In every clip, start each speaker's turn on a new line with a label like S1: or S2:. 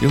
S1: You're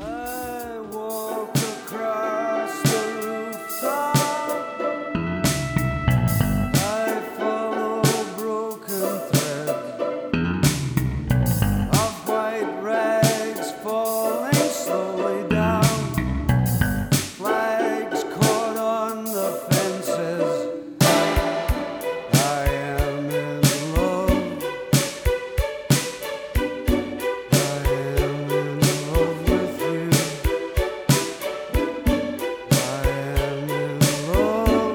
S2: I walk across the rooftop. I follow broken thread of white rags falling slowly down. Flags caught on the fences. I am in love. I am in love with you. I am in love. I am in love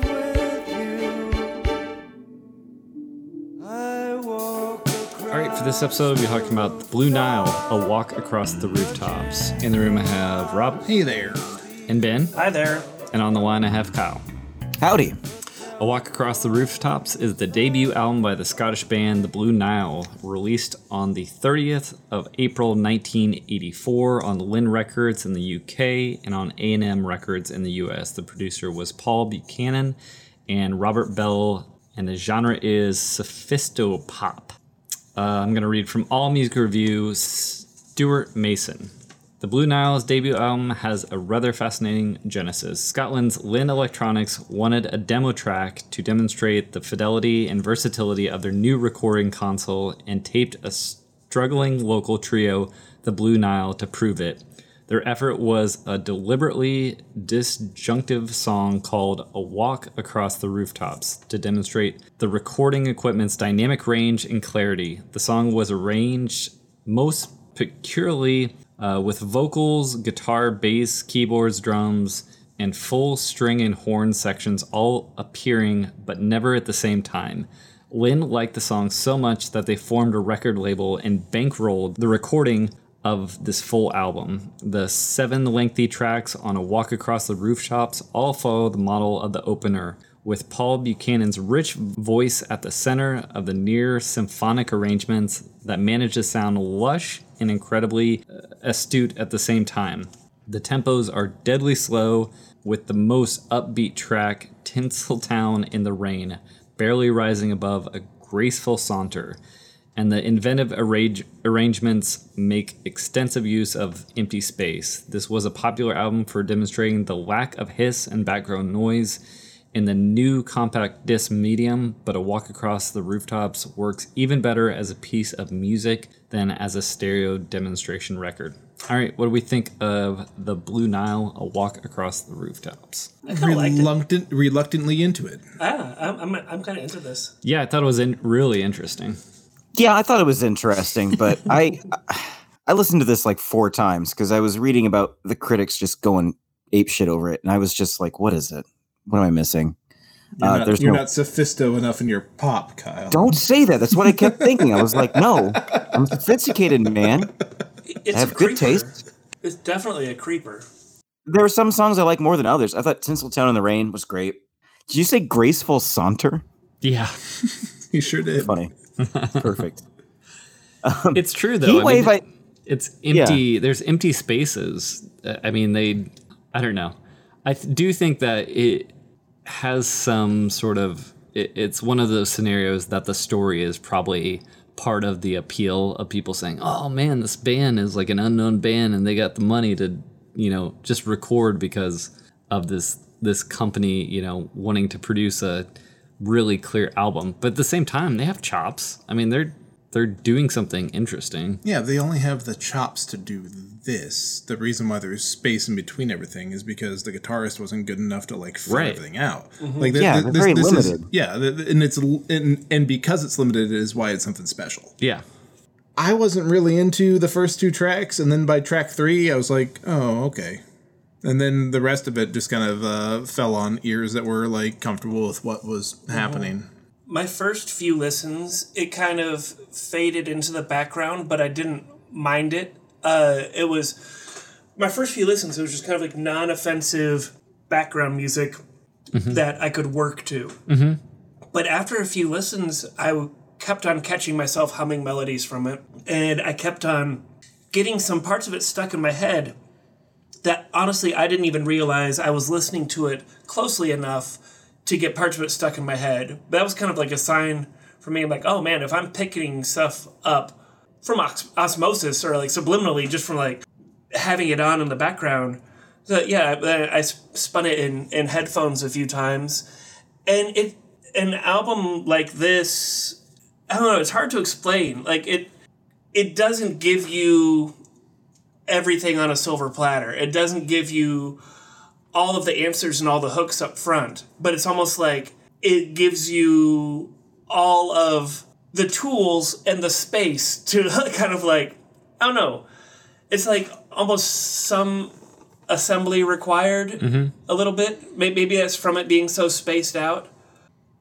S2: with you. I walk across.
S3: All right, for this episode, we'll be talking about the Blue Nile, a walk across the rooftops. In the room, I have Rob. Hey there. And Ben.
S4: Hi there.
S3: And on the line, I have Kyle.
S5: Howdy.
S3: A Walk Across the Rooftops is the debut album by the Scottish band The Blue Nile, released on the 30th of April 1984 on Lynn Records in the UK and on A&M Records in the US. The producer was Paul Buchanan and Robert Bell, and the genre is sophistopop. Uh, I'm going to read from All Music Review, Stuart Mason. The Blue Nile's debut album has a rather fascinating genesis. Scotland's Lynn Electronics wanted a demo track to demonstrate the fidelity and versatility of their new recording console and taped a struggling local trio, the Blue Nile, to prove it. Their effort was a deliberately disjunctive song called A Walk Across the Rooftops to demonstrate the recording equipment's dynamic range and clarity. The song was arranged most peculiarly uh, with vocals, guitar, bass, keyboards, drums, and full string and horn sections all appearing but never at the same time. Lynn liked the song so much that they formed a record label and bankrolled the recording of this full album. The seven lengthy tracks on A Walk Across the Rooftops all follow the model of the opener, with Paul Buchanan's rich voice at the center of the near symphonic arrangements that manage to sound lush and incredibly uh, astute at the same time. The tempos are deadly slow, with the most upbeat track, Tinseltown in the Rain, barely rising above a graceful saunter. And the inventive arrange- arrangements make extensive use of empty space. This was a popular album for demonstrating the lack of hiss and background noise in the new compact disc medium, but a walk across the rooftops works even better as a piece of music than as a stereo demonstration record. All right, what do we think of the Blue Nile, a walk across the rooftops?
S4: I kind of liked it.
S6: reluctant, reluctantly into it.
S4: Yeah, Ah, I'm, I'm, I'm kind of into this.
S3: Yeah, I thought it was in- really interesting.
S5: Yeah, I thought it was interesting, but I I listened to this like four times because I was reading about the critics just going ape shit over it, and I was just like, "What is it? What am I missing?"
S6: You're,
S5: Uh,
S6: not,
S5: there's
S6: you're
S5: no-
S6: not sophisto enough in your pop, Kyle.
S5: Don't say that. That's what I kept thinking. I was like, "No, I'm sophisticated, man.
S4: It's
S5: I have
S4: a
S5: good
S4: creeper.
S5: taste."
S4: It's definitely a creeper.
S5: There are some songs I like more than others. I thought "Tinseltown in the Rain" was great. Did you say "Graceful Saunter"?
S3: Yeah,
S6: You sure did.
S5: Funny, perfect.
S3: it's true though.
S5: Heat Wave, I,
S3: it's empty. There's empty spaces. Uh, I mean, they. I don't know. I th- do think that it has some sort of. It, it's one of those scenarios that the story is probably part of the appeal of people saying, "Oh man, this band is like an unknown band, and they got the money to, you know, just record because of this this company, you know, wanting to produce a really clear album." But at the same time, they have chops. I mean, they're they're doing something interesting.
S6: Yeah, they only have the chops to do this. The reason why there's space in between everything is because the guitarist wasn't good enough to like fit
S3: Right.
S6: everything out.
S4: Mm-hmm.
S6: Like th-
S5: Yeah,
S6: th-
S5: they're very
S6: Is,
S5: limited.
S6: yeah, th- th- and it's l- and, and because it's limited is why it's something special.
S3: Yeah.
S6: I wasn't really into the first two tracks, and then by track three, I was like, oh, okay. And then the rest of it just kind of uh, fell on ears that were like comfortable with what was happening.
S4: My first few listens, it kind of faded into the background, but I didn't mind it. Uh, it was my first few listens. It was just kind of like non-offensive background music that I could work to. But after a few listens, I w- kept on catching myself humming melodies from it, and I kept on getting some parts of it stuck in my head that honestly I didn't even realize I was listening to it closely enough to get parts of it stuck in my head. But that was kind of like a sign for me. I'm like, oh man, if I'm picking stuff up from os- osmosis or like subliminally, just from like having it on in the background. So yeah, I, I sp- spun it in, in headphones a few times, and it an album like this. I don't know. It's hard to explain. Like it, it doesn't give you everything on a silver platter. It doesn't give you all of the answers and all the hooks up front, but it's almost like it gives you all of the tools and the space to kind of like, I don't know. It's like almost some assembly required a little bit. May- Maybe that's from it being so spaced out.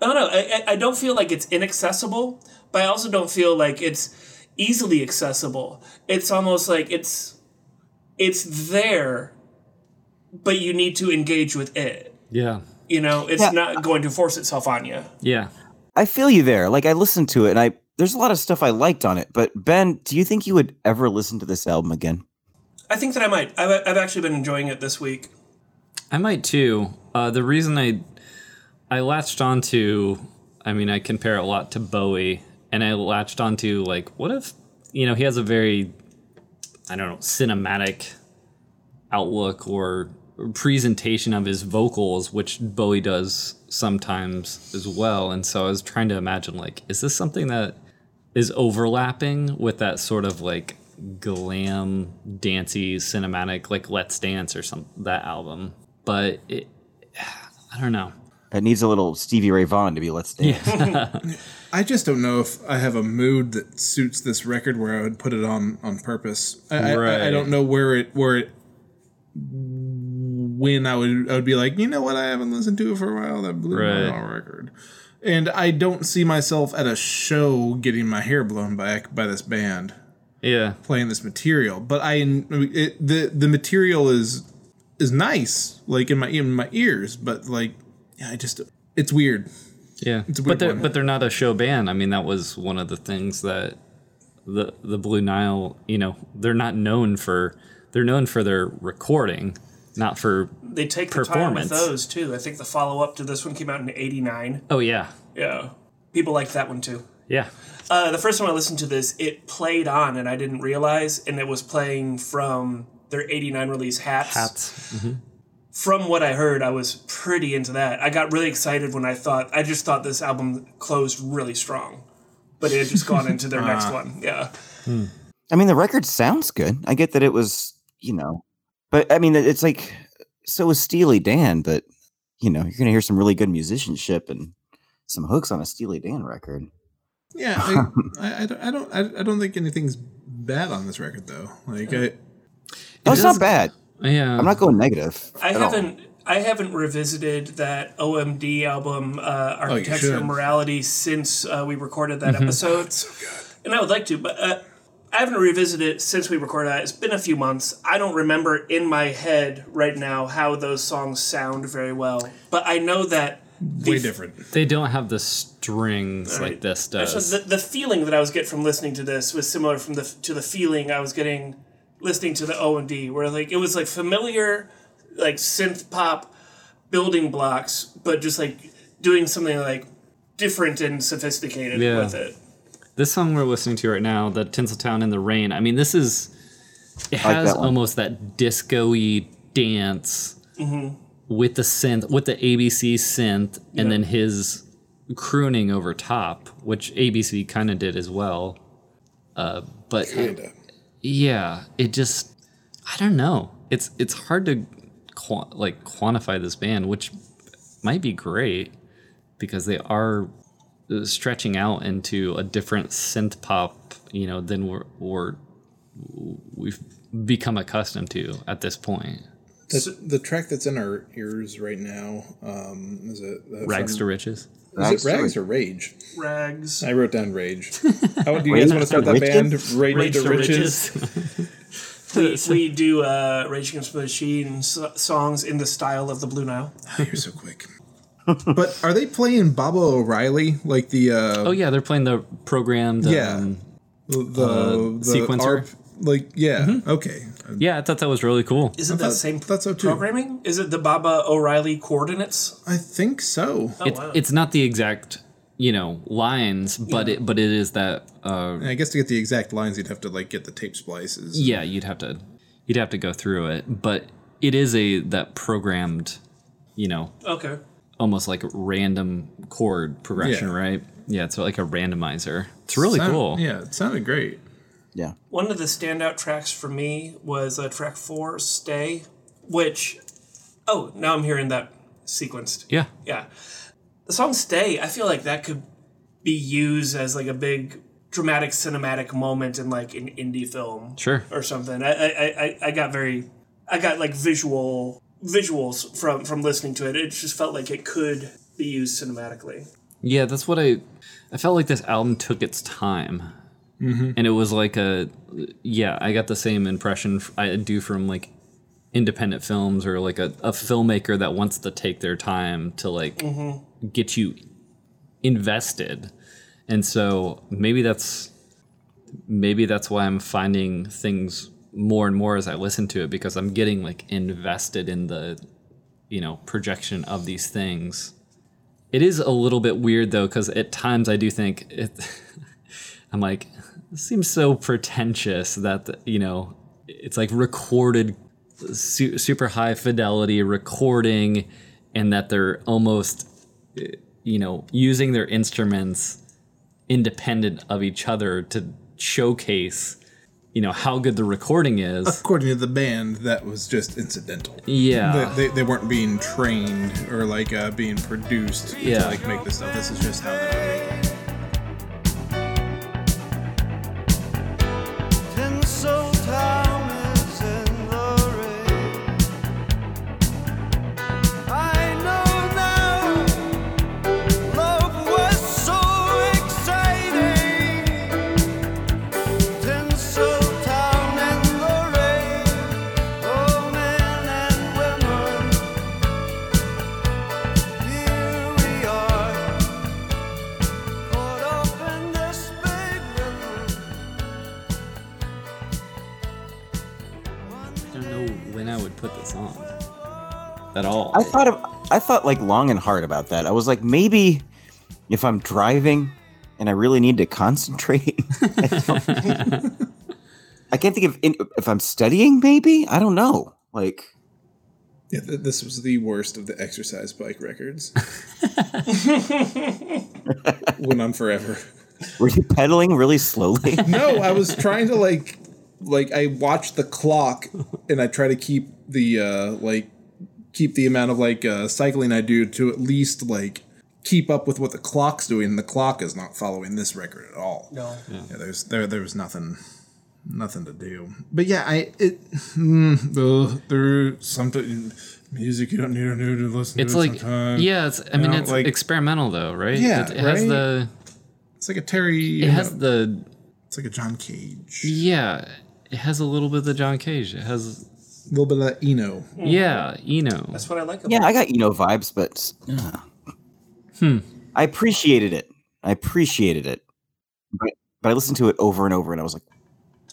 S4: I don't know. I, I- I don't feel like it's inaccessible, but I also don't feel like it's easily accessible. It's almost like it's it's there, but you need to engage with it.
S3: Yeah.
S4: You know, it's
S5: Yeah.
S4: not going to force itself on you.
S3: Yeah.
S5: I feel you there. Like I listened to it and I there's a lot of stuff I liked on it, but Ben, do you think you would ever listen to this album again?
S4: I think that I might. I've, I've actually been enjoying it this week.
S3: I might too. Uh, the reason I I latched onto, I mean, I compare it a lot to Bowie, and I latched onto like, what if you know he has a very, I don't know, cinematic outlook or presentation of his vocals, which Bowie does sometimes as well. And so I was trying to imagine like, is this something that is overlapping with that sort of like glam dancey cinematic like let's dance or some that album but it, i don't know
S5: It needs a little Stevie Ray Vaughan to be Let's Dance.
S6: I just don't know if I have a mood that suits this record where I would put it on on purpose. I, I, I
S3: Right.
S6: don't know where it where it when I would I would be like, you know what, I haven't listened to it for a while. That blew
S3: Right.
S6: my record, and I don't see myself at a show getting my hair blown back by this band
S3: yeah
S6: playing this material. But I it, the the material is is nice, like in my in my ears, but like yeah, I just it's weird.
S3: yeah
S6: a weird
S3: but they're
S6: one.
S3: but they're not a show band i mean that was one of the things that the the blue nile you know they're not known for they're known for their recording not for
S4: They take the time
S3: Performance.
S4: with those too. I think the follow up to this one came out in '89.
S3: oh yeah
S4: Yeah, people liked that one too.
S3: yeah
S4: Uh, the first time I listened to this, it played on, and I didn't realize, and it was playing from their '89 release Hats.
S3: hats Mm-hmm.
S4: From what I heard, I was pretty into that. I got really excited when I thought I just thought this album closed really strong, but it had just gone into their next one. Yeah,
S5: I mean, the record sounds good. I get that it was, you know, but I mean, it's like so is Steely Dan, but you know, you're gonna hear some really good musicianship and some hooks on a Steely Dan record.
S6: Yeah, I, I, I don't, I don't, I, I don't think anything's bad on this record though. Like, I,
S5: No, it's
S3: is-
S5: not bad.
S3: yeah
S5: I'm not going negative.
S4: I
S5: at all.
S4: haven't I haven't revisited that OMD album, uh, Architecture
S6: should.
S4: Morality, since uh, we recorded that episode. And I would like to, but uh, I haven't revisited it since we recorded that. It's been a few months. I don't remember in my head right now how those songs sound very well, but I know that
S6: way different.
S3: they don't have the strings like this does
S4: so the, the feeling that I was get from listening to this was similar from the to the feeling I was getting listening to the O and D, where like it was like familiar, like synth pop building blocks, but just like doing something like different and sophisticated
S3: Yeah.
S4: with it.
S3: this song we're listening to right now, the Tinseltown in the Rain. I mean, this is it has
S5: that one.
S3: almost that disco-y dance with the synth, with the ABC synth, and then his crooning over top, which ABC kind of did as well. Uh, but it- yeah, it just I don't know. It's it's hard to qua like quantify this band, which might be great because they are uh, stretching out into a different synth pop, you know, than we're, we're we've become accustomed to at this point.
S6: The, the track that's in our ears right now um, is it uh,
S3: Rags to
S6: from-
S3: riches.
S6: Is it Rags or Rage?
S4: Rags.
S6: I wrote down Rage. How do you guys want to start that
S5: Riches?
S6: band? Rage, to Riches.
S4: We, we do uh, Rage Against the Machine s- songs in the style of the Blue Nile.
S6: Oh, you're so quick. but are they playing Baba O'Reilly like the uh,
S3: Oh yeah, they're playing the program. The,
S6: Yeah.
S3: um,
S6: the,
S3: uh,
S6: the
S3: sequencer? Mm-hmm.
S6: like yeah, okay.
S3: yeah, I thought that was really cool.
S4: Isn't that
S6: thought-
S4: same
S6: thought so, too.
S4: programming? Is it the Baba O'Reilly coordinates?
S6: I think so.
S3: it's it's not the exact you know lines, but it but it is that. Uh,
S6: And I guess to get the exact lines, you'd have to like get the tape splices.
S3: yeah, you'd have to you'd have to go through it, but it is a that programmed, you know,
S4: Okay.
S3: almost like random chord progression,
S6: Yeah.
S3: right? Yeah, it's like a randomizer. It's really
S6: Sound-
S3: cool.
S6: Yeah, it sounded great.
S5: Yeah.
S4: One of the standout tracks for me was uh, track four, Stay, which, oh, now I'm hearing that sequenced.
S3: Yeah.
S4: Yeah. The song Stay, I feel like that could be used as like a big dramatic cinematic moment in like an indie film
S3: Sure.
S4: or something. I, I, I- I, I got very, I got like visual visuals from from listening to it. It just felt like it could be used cinematically.
S3: Yeah, that's what I I felt like this album took its time. And it was like a yeah, I got the same impression f- I do from like independent films or like a, a filmmaker that wants to take their time to like get you invested. And so maybe that's maybe that's why I'm finding things more and more as I listen to it because I'm getting like invested in the you know projection of these things. It is a little bit weird though, because at times I do think it. I'm like, this seems so pretentious that you know, it's like recorded, su- super high fidelity recording, and that they're almost, eh, you know, using their instruments independent of each other to showcase, you know, how good the recording is.
S6: According to the band, that was just incidental.
S3: Yeah.
S6: They, they, they weren't being trained or like uh, being produced
S3: Yeah.
S6: to like make this stuff. This is just how they
S2: Oh,
S3: I don't know when I would put this on at all.
S5: I thought of, I thought like long and hard about that. I was like, maybe if I'm driving and I really need to concentrate, I, don't- I can't think of in, if I'm studying. Maybe I don't know. Like,
S6: Yeah, th- this was the worst of the exercise bike records. Went on forever.
S5: were you pedaling really slowly?
S6: No, I was trying to like, like I watched the clock and I try to keep the uh like keep the amount of like uh cycling I do to at least like keep up with what the clock's doing. And the clock is not following this record at all.
S4: No.
S6: Yeah, there's there there was nothing nothing to do. But yeah, I it mm, ugh, there's something music you don't need to know to listen
S3: it's
S6: to
S3: like
S6: sometimes.
S3: yeah it's i mean
S6: know,
S3: it's
S6: like-
S3: experimental though right
S6: Yeah,
S3: it, it has
S6: right?
S3: the
S6: It's like a Terry
S3: it has
S6: you know,
S3: the
S6: it's like a John Cage.
S3: yeah it has a little bit of the john cage it has
S6: A little bit of that Eno.
S3: Mm. yeah you know
S4: That's what I like about
S5: yeah, I got you know vibes, but uh,
S6: Hmm.
S5: I appreciated it. I appreciated it, but but I listened to it over and over, and I was like,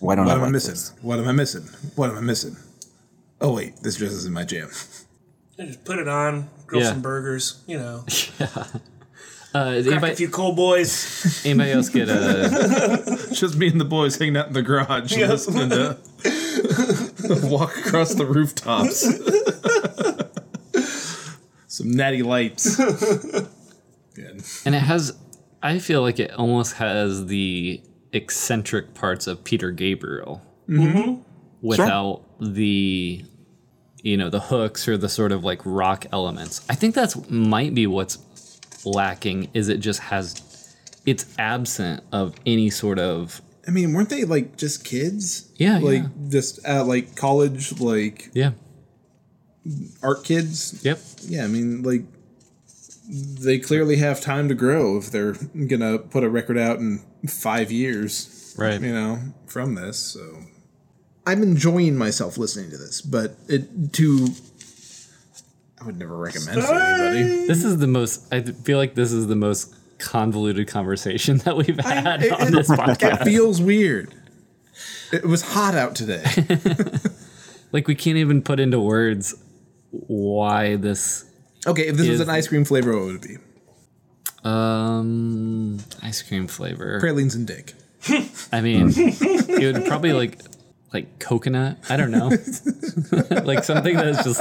S5: why don't
S6: What
S5: I
S6: am I
S5: like
S6: missing?
S5: this?
S6: What am I missing? What am I missing? Oh wait, this just isn't my jam.
S4: it. Just put it on, grill
S3: Yeah.
S4: some burgers, you know,
S3: uh, did
S4: crack a
S3: anybody,
S4: few cold boys.
S3: anybody else get a
S6: just me and the boys hanging out in the garage
S4: Yeah.
S6: listening to walk across the rooftops. Some natty lights. Good.
S3: and it has i feel like it almost has the eccentric parts of peter gabriel without the you know the hooks or the sort of like rock elements i think that's might be what's lacking is it just has it's absent of any sort of
S6: I mean, weren't they like just kids?
S3: Yeah,
S6: like
S3: yeah.
S6: just at like college, like
S3: yeah
S6: art kids.
S3: yep
S6: Yeah, I mean, like they clearly have time to grow if they're gonna put a record out in five years,
S3: Right.
S6: You know, from this. So I'm enjoying myself listening to this, but it to I would never recommend to anybody.
S3: This is the most. I feel like this is the most convoluted conversation that we've had
S6: it-
S3: on
S6: it-
S3: this podcast.
S6: It feels weird. It was hot out today.
S3: like we can't even put into words why this
S6: Okay, if this was
S3: Is-
S6: an ice cream flavor, what would it be?
S3: um ice cream flavor.
S6: Pralines and dick.
S3: I mean, it would probably like like coconut. I don't know, like something that's just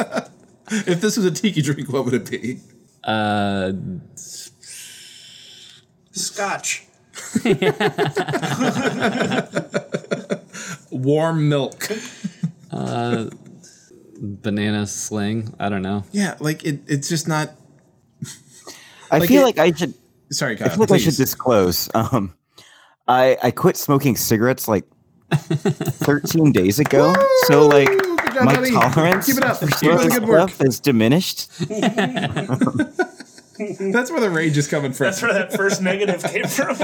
S6: If this was a tiki drink, what would it be?
S3: uh
S4: Scotch.
S6: Warm milk.
S3: banana sling. I don't know.
S6: Yeah, like it, it's just not.
S5: I
S6: Like
S5: feel
S6: it-
S5: like I should.
S6: Sorry, Kyle.
S5: I feel like I
S6: please.
S5: should disclose. Um, I I quit smoking cigarettes like 13 days ago. So like
S6: Woo! Good job,
S5: my
S6: buddy.
S5: tolerance
S6: Keep it up.
S5: for
S6: Keep up the
S5: smoking
S6: good work.
S5: stuff is diminished.
S6: That's where the rage is coming from.
S4: That's where that first negative came from.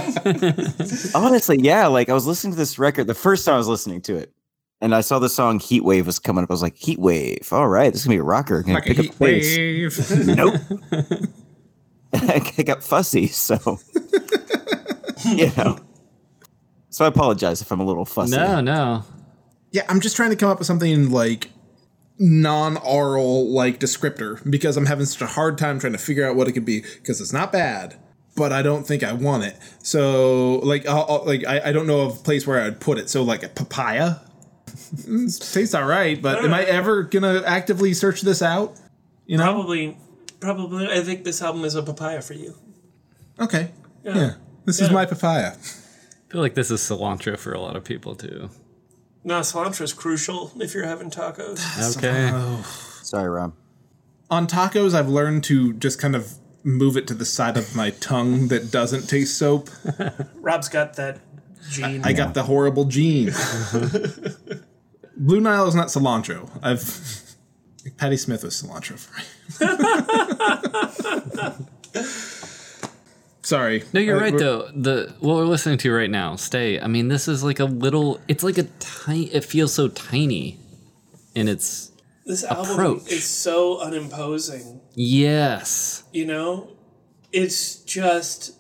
S5: Honestly, yeah. Like I was listening to this record the first time I was listening to it, and I saw the song Heat Wave was coming up. I was like, Heat Wave. All right, this is gonna be a rocker. Gonna
S6: Like a
S5: pick up
S6: heat
S5: pace.
S6: wave.
S5: Nope. I got fussy, so you know. So I apologize if I'm a little fussy.
S3: No, no.
S6: yeah, I'm just trying to come up with something like non-aural like descriptor because I'm having such a hard time trying to figure out what it could be because it's not bad, but I don't think I want it. So like, I'll, I'll- like I, I don't know of a place where I'd put it. So like a papaya Mm, tastes all right, but am I ever gonna actively search this out? You know?
S4: Probably, probably. I think this album is a papaya for you.
S6: Okay. Yeah. This is
S4: Yeah.
S6: my papaya.
S3: I feel like this is cilantro for a lot of people too.
S4: No, cilantro is crucial if you're having tacos.
S3: Okay.
S5: Sorry, Rob.
S6: on tacos i've learned to just kind of move it to the side of my tongue that doesn't taste soap
S4: Rob's got that gene.
S6: i got the horrible gene blue nile is not cilantro i've patty smith was cilantro for me sorry
S3: No, you're
S6: I-
S3: right
S6: we're-
S3: though. The what we're listening to right now, stay. I mean, this is like a little. It's like a tiny. It feels so tiny, and it's
S4: this album
S3: approach.
S4: is so unimposing.
S3: yes.
S4: You know, it's just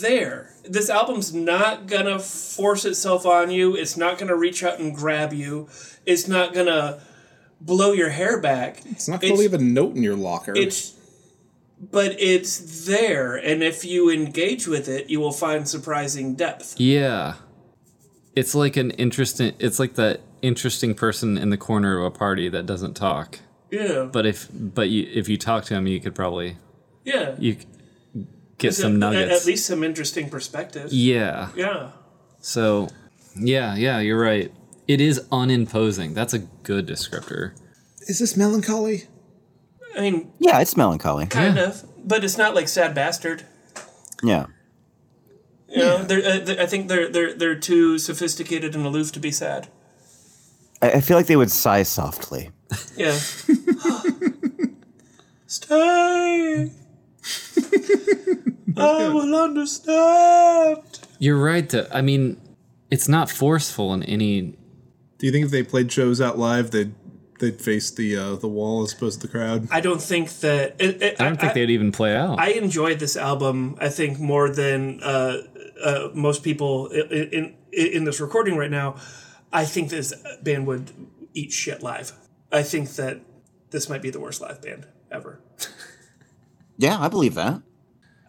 S4: there. This album's not gonna force itself on you. It's not gonna reach out and grab you. It's not gonna blow your hair back.
S6: it's not gonna leave a note in your locker
S4: It's but it's there and if you engage with it, you will find surprising depth.
S3: Yeah. It's like an interesting it's like that interesting person in the corner of a party that doesn't talk.
S4: Yeah.
S3: But if but you if you talk to him, you could probably
S4: yeah.
S3: you c- get some
S4: At-
S3: nuggets.
S4: At least some interesting perspective.
S3: yeah.
S4: Yeah.
S3: So yeah, yeah, you're right. It is unimposing. That's a good descriptor.
S6: is this melancholy
S4: I mean,
S5: Yeah, it's melancholy.
S4: kind of, but it's not like sad bastard.
S5: Yeah.
S4: You know, they're, uh, they I think they're they're they're too sophisticated and aloof to be sad.
S5: I, I feel like they would sigh softly.
S4: Yeah. Stay. I will understand.
S3: You're right though. I mean, it's not forceful in any
S6: do you think if they played shows out live they'd they'd face the uh, the wall as opposed to the crowd
S4: I don't think that. It, it,
S3: I don't think they'd even play out.
S4: I enjoyed this album. I think more than uh, uh, most people i- i- in, in in this recording right now. I think this band would eat shit live. I think that this might be the worst live band ever.
S5: Yeah, I believe that.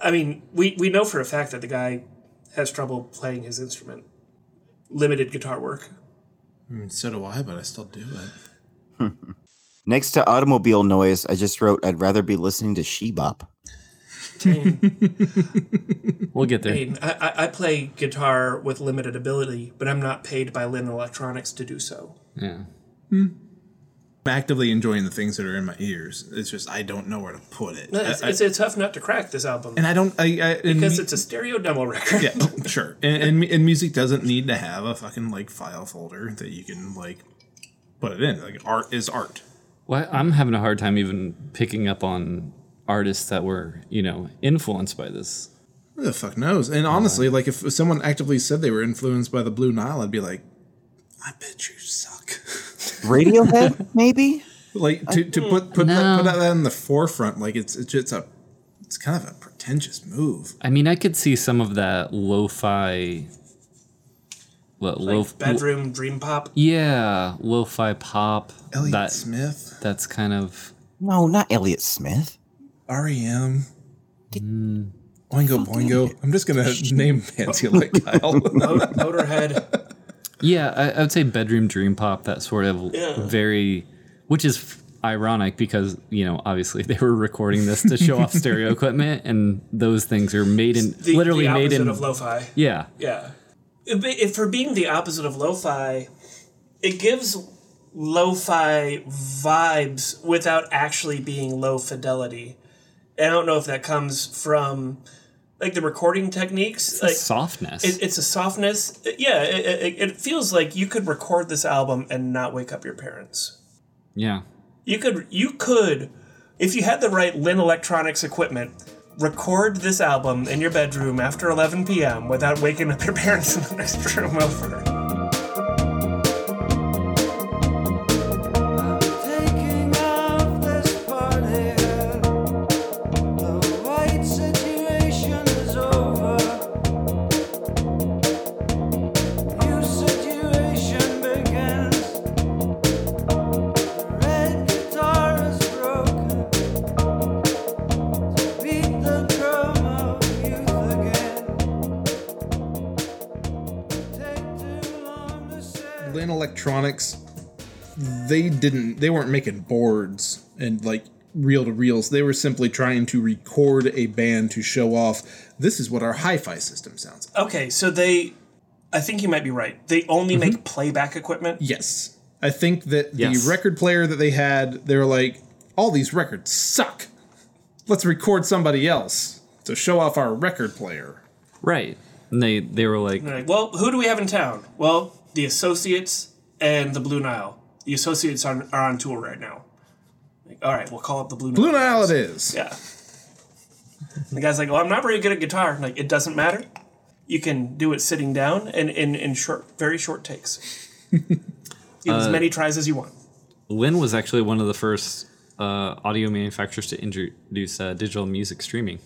S4: I mean, we we know for a fact that the guy has trouble playing his instrument, limited guitar work.
S6: so do i but i still do it
S5: Next to automobile noise, I just wrote I'd rather be listening to Shebop.
S3: we'll get there.
S4: I mean, I, I- I play guitar with limited ability, but I'm not paid by Lynn Electronics to do so.
S3: Yeah.
S6: i'm actively enjoying the things that are in my ears it's just i don't know where to put it
S4: No, It's,
S6: I- I-
S4: it's a tough nut to crack this album
S6: and I don't. I, I and
S4: because
S6: mu-
S4: it's a stereo demo record.
S6: yeah, oh, sure. And, and mu- and music doesn't need to have a fucking like file folder that you can like put it in. Like art is art.
S3: Well, I'm having a hard time even picking up on artists that were, you know, influenced by this.
S6: Who the fuck knows? And honestly, like if someone actively said they were influenced by the Blue Nile, I'd be like, I bet you suck.
S5: Radiohead, maybe?
S6: like to, to put put, that, put that in the forefront. Like it's it's just a it's kind of a pretentious move.
S3: I mean, I could see some of that lo-fi, what, lo-
S4: Like bedroom dream pop.
S3: yeah, lo-fi pop.
S6: Elliot
S3: that
S6: Smith,
S3: that's kind of
S5: No, not Elliot Smith.
S6: REM. Oingo E Boingo. I'm just gonna name Pansy like Kyle.
S4: Mot- Motorhead.
S3: yeah. I, I would say bedroom dream pop. That sort of
S4: Yeah.
S3: very, which is f- ironic because you know obviously they were recording this to show off stereo equipment, and those things are made in
S4: The,
S3: literally
S4: the
S3: made
S4: opposite
S3: in
S4: of lo-fi.
S3: yeah.
S4: Yeah. If, if for being the opposite of lo-fi, it gives lo-fi vibes without actually being low fidelity. And I don't know if that comes from like the recording techniques. Like
S3: softness.
S4: it, it's a softness. Yeah, it, it, it feels like you could record this album and not wake up your parents.
S3: yeah.
S4: You could you could if you had the right Lin Electronics equipment, record this album in your bedroom after 11 p.m. without waking up your parents in the next room over.
S2: Taking off this part here. The right situation is over. New situation begins. Red guitar is broken. Beat the drum of youth again. Take too long to say.
S6: Lynn Electronics, they didn't, they weren't making boards and like reel to reels. They were simply trying to record a band to show off. This is what our hi-fi system sounds like.
S4: Okay, so they I think you might be right. They only make playback equipment.
S6: Yes, I think that
S3: Yes.
S6: the record player that they had, they were like, all these records suck. Let's record somebody else to show off our record player.
S3: Right. And they they were like,
S4: They're like, well, who do we have in town? Well, the Associates and the Blue Nile. The Associates are, are on tour right now. Like, all right, we'll call up the Blue Nile.
S6: Blue Nile, it is.
S4: Yeah. The guy's like, well, I'm not very good at guitar. I'm like, it doesn't matter. You can do it sitting down and in, in short, very short takes. Give
S3: Uh,
S4: as many tries as you want.
S3: Lynn was actually one of the first uh, audio manufacturers to introduce uh, digital music streaming.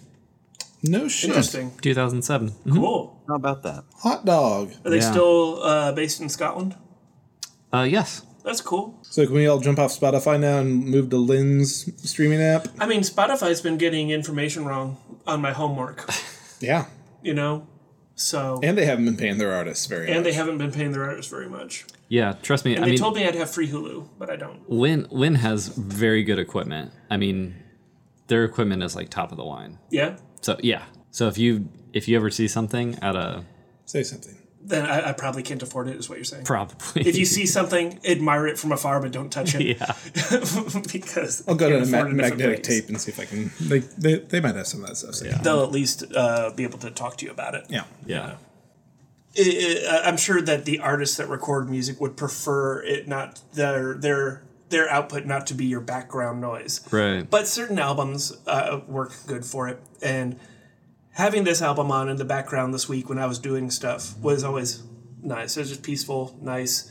S6: No shit.
S4: Interesting.
S3: 2007.
S4: Cool.
S5: How about that?
S6: Hot dog.
S4: Are they
S3: Mm-hmm. Yeah.
S4: still uh, based in Scotland?
S3: Uh, yes.
S4: That's cool.
S6: So can we all jump off Spotify now and move to Lynn's streaming app?
S4: I mean, Spotify's been getting information wrong on my homework,
S6: Yeah.
S4: you know? So, and,
S6: And they haven't been paying their artists very much.
S4: they haven't been paying their artists very much.
S3: Yeah, trust me.
S4: And
S3: I
S4: they
S3: mean,
S4: told me I'd have free Hulu, but I don't.
S3: Lynn Lynn has very good equipment. I mean, their equipment is like top of the line.
S4: Yeah?
S3: So yeah. So if you if you ever see something at a
S6: Say something.
S4: Then I, I probably can't afford it, is what you're saying.
S3: probably
S4: if you see something, admire it from afar, but don't touch it.
S3: yeah
S4: because
S6: I'll go
S4: you
S6: to
S4: know,
S6: the
S4: four
S6: ma-
S4: different
S6: magnetic
S4: ways.
S6: tape and see if I can. They, they, they might have some of that stuff. So yeah.
S4: They'll at least uh, be able to talk to you about it.
S6: Yeah.
S3: yeah
S4: I- I- I'm sure that the artists that record music would prefer it not their their their output not to be your background noise.
S3: right.
S4: But certain albums uh, work good for it, and having this album on in the background this week when I was doing stuff was always nice. It was just peaceful, nice.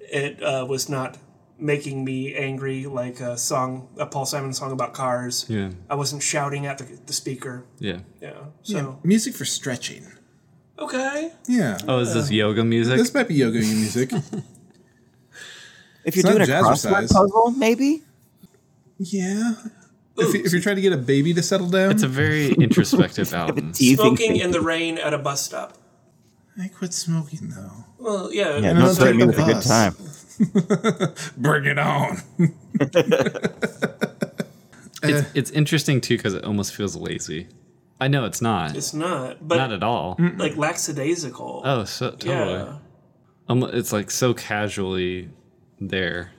S4: It uh, was not making me angry like a song, a Paul Simon song about cars.
S3: yeah
S4: I wasn't shouting at the, the speaker.
S3: yeah.
S4: Yeah. So
S6: Music for stretching.
S4: okay.
S6: Yeah.
S3: Oh, is this yoga music?
S6: This might be yoga music.
S5: If you're
S6: It's
S5: doing
S6: not
S5: a crossword
S6: jazzercise.
S5: puzzle, maybe.
S6: yeah. If, you, if you're trying to get a baby to settle down,
S3: it's a very introspective album.
S5: Do you think-
S4: Smoking in the rain at a bus stop.
S6: I quit smoking though.
S4: Well, yeah.
S5: Yeah,
S6: then
S5: don't threaten me with
S6: take the
S5: a good
S6: bus.
S5: time.
S6: Bring it on.
S3: It's, it's interesting too because it almost feels lazy. I know it's not.
S4: It's not, but
S3: not at all.
S4: like lackadaisical.
S3: Oh, so totally.
S4: yeah.
S3: Um, it's like so casually there.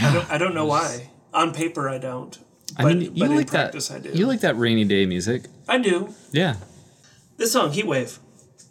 S4: I don't. I don't know why. On paper, I don't. But,
S3: I mean, you
S4: but in
S3: like that.
S4: practice, I do.
S3: You like that rainy day music.
S4: I do.
S3: Yeah.
S4: This song, Heat Wave.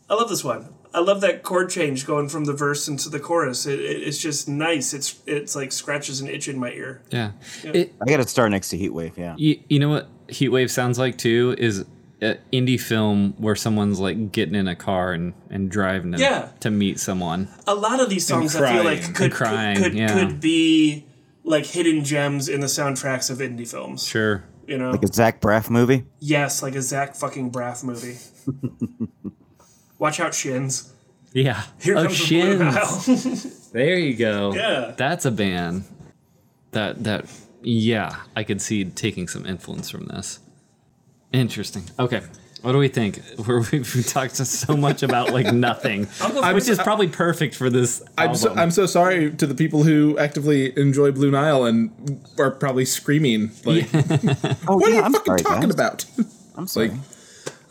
S4: I love this one. I love that chord change going from the verse into the chorus. It, it, it's just nice. It's it's like scratches an itch in my ear.
S3: Yeah. It,
S5: I got to start next to Heatwave. Yeah.
S3: you, you know what Heatwave sounds like too is an indie film where someone's like getting in a car and, and driving to,
S4: Yeah.
S3: to meet someone.
S4: a lot of these songs I feel
S6: crying.
S4: like could
S3: crying,
S4: could could,
S3: yeah.
S4: could be like hidden gems in the soundtracks of indie films.
S3: Sure.
S4: You know,
S5: Like a Zach Braff
S6: Oh,
S5: movie.
S4: yes, like a Zach fucking Braff movie. Watch out, shins.
S3: Yeah.
S4: Here
S3: oh,
S4: comes the Blue
S3: shins.
S4: Nile.
S3: There you go.
S4: Yeah.
S3: That's a band. That that yeah, I could see taking some influence from this. Interesting. Okay. What do we think? Where we've we talked so much about like nothing, which is probably perfect for this
S6: I'm
S3: album.
S6: so, I'm so sorry to the people who actively enjoy Blue Nile and are probably screaming like,
S5: Oh,
S6: "What are
S5: yeah,
S6: you
S5: I'm
S6: fucking
S5: sorry,
S6: talking
S5: guys.
S6: about?"
S5: I'm sorry.
S6: Like,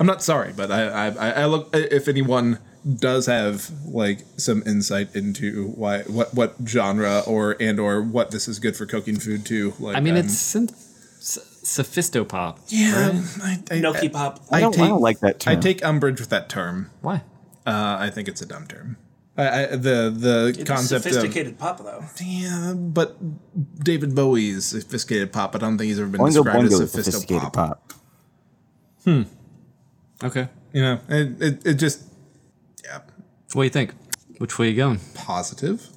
S6: I'm not sorry, but I, I, I, I look uh, if anyone does have like some insight into why what what genre or and or what this is good for cooking food too. Like, um,
S3: I mean,
S6: I'm-
S3: it's synth- s- sophistopop.
S6: yeah. I, I,
S4: Gnocchi pop.
S5: I don't- I don't like that
S6: I
S5: term.
S6: take umbrage with that term.
S3: Why?
S6: Uh, I think it's a dumb term. I, I, the the
S4: It's
S6: concept of
S4: sophisticated pop though.
S6: Yeah, but David Bowie's sophisticated pop. I don't think he's ever been
S5: Oingo
S6: described
S5: Boingo
S6: as
S5: is
S6: sophisticated
S5: sophisticated
S6: pop.
S5: pop.
S3: Okay.
S6: You know, it, it, it just yeah,
S3: What do you think? Which way you going?
S6: positive.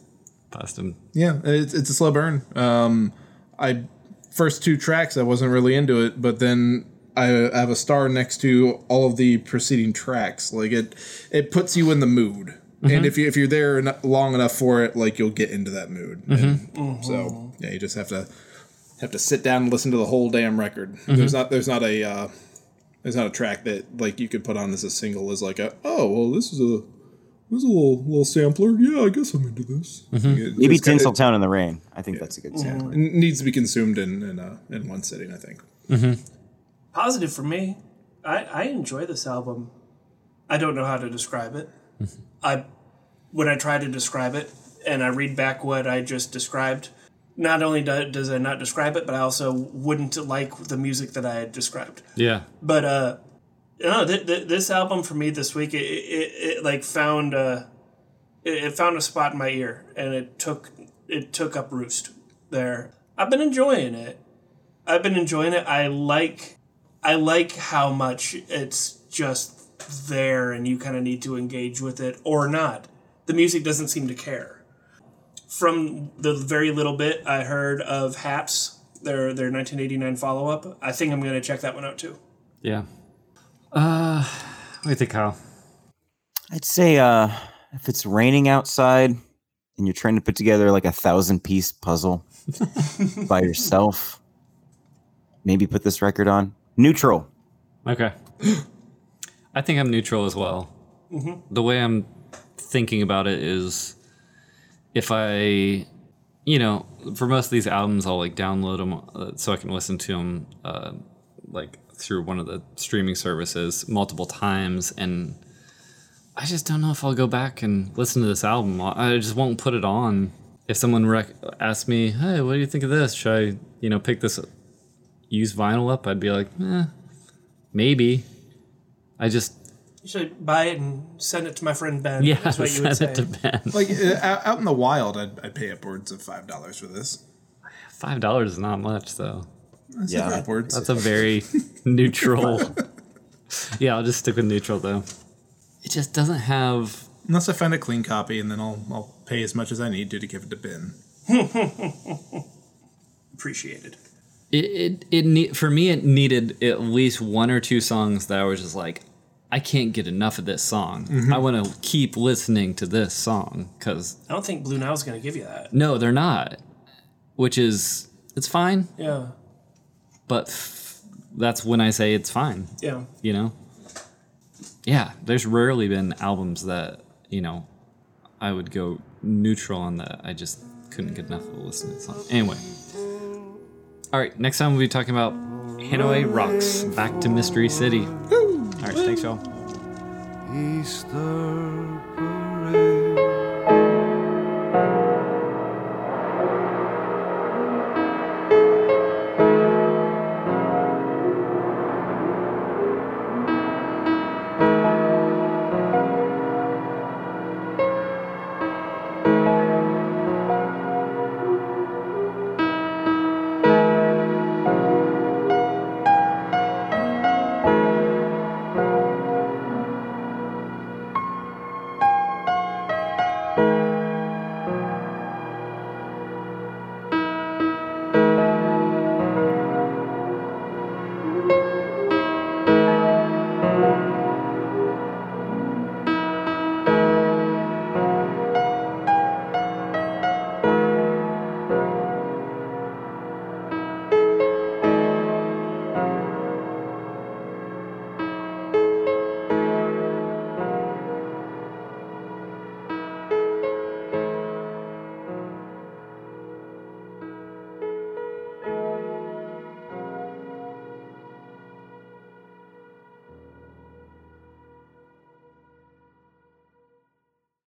S3: Positive.
S6: Yeah, it's it's a slow burn. Um, I first two tracks I wasn't really into it, but then I have a star next to all of the preceding tracks. Like it, it puts you in the mood, and if you if you're there en- long enough for it, like you'll get into that mood. And So yeah, you just have to have to sit down and listen to the whole damn record. There's not there's not a uh, there's not a track that like you could put on as a single as like a oh well this is a this is a little little sampler. Yeah, I guess I'm into this.
S5: Maybe
S6: It's kinda-
S5: Tinseltown in the Rain. I think that's a good sample.
S6: it needs to be consumed in in, uh, in one sitting. I think.
S4: Positive for me. I, I enjoy this album. I don't know how to describe it. I when I try to describe it and I read back what I just described, not only do, does I not describe it, but I also wouldn't like the music that I had described.
S3: Yeah.
S4: But uh, no, th- th- this album for me this week, it, it, it like found uh, it, it found a spot in my ear, and it took it took up roost there. I've been enjoying it. I've been enjoying it. I like I like how much it's just there, and you kind of need to engage with it or not. The music doesn't seem to care. From the very little bit I heard of Haps, their their 1989 follow up, I think I'm gonna check that one out too.
S3: Yeah. Uh, what do you think, Kyle?
S5: I'd say uh, if it's raining outside and you're trying to put together like a thousand piece puzzle by yourself, maybe put this record on. Neutral.
S3: Okay. I think I'm neutral as well. The way I'm thinking about it is if I, you know, for most of these albums, I'll like download them uh, so I can listen to them uh, like through one of the streaming services multiple times. And I just don't know if I'll go back and listen to this album. I I just won't put it on. If someone rec- asks me, hey, what do you think of this? Should I, you know, pick this used vinyl up? I'd be like, eh, maybe. I just
S4: You should buy it and send it to my friend Ben.
S3: yeah,
S4: that's what you
S3: send
S4: would say.
S3: it to Ben.
S6: Like uh, out out in the wild, I'd, I'd pay upwards of five dollars for this.
S3: Five dollars is not much though.
S6: I said
S5: Yeah.
S6: upwards.
S3: That's a very neutral. yeah, I'll just stick with neutral though. It just doesn't have.
S6: Unless I find a clean copy, and then I'll I'll pay as much as I need to to give it to Ben.
S4: Appreciated.
S3: It it, it ne- for me it needed at least one or two songs that I was just like, I can't get enough of this song.
S4: Mm-hmm.
S3: I want to keep listening to this song because
S4: I don't think Blue Nile's gonna give you that.
S3: no, they're not. Which is it's fine,
S4: Yeah,
S3: but f- that's when I say it's fine.
S4: yeah.
S3: you know yeah there's rarely been albums that you know i would go neutral on that i just couldn't get enough of listening to the song anyway all right next time we'll be talking about hanoi rocks back to mystery city all right thanks y'all
S2: Easter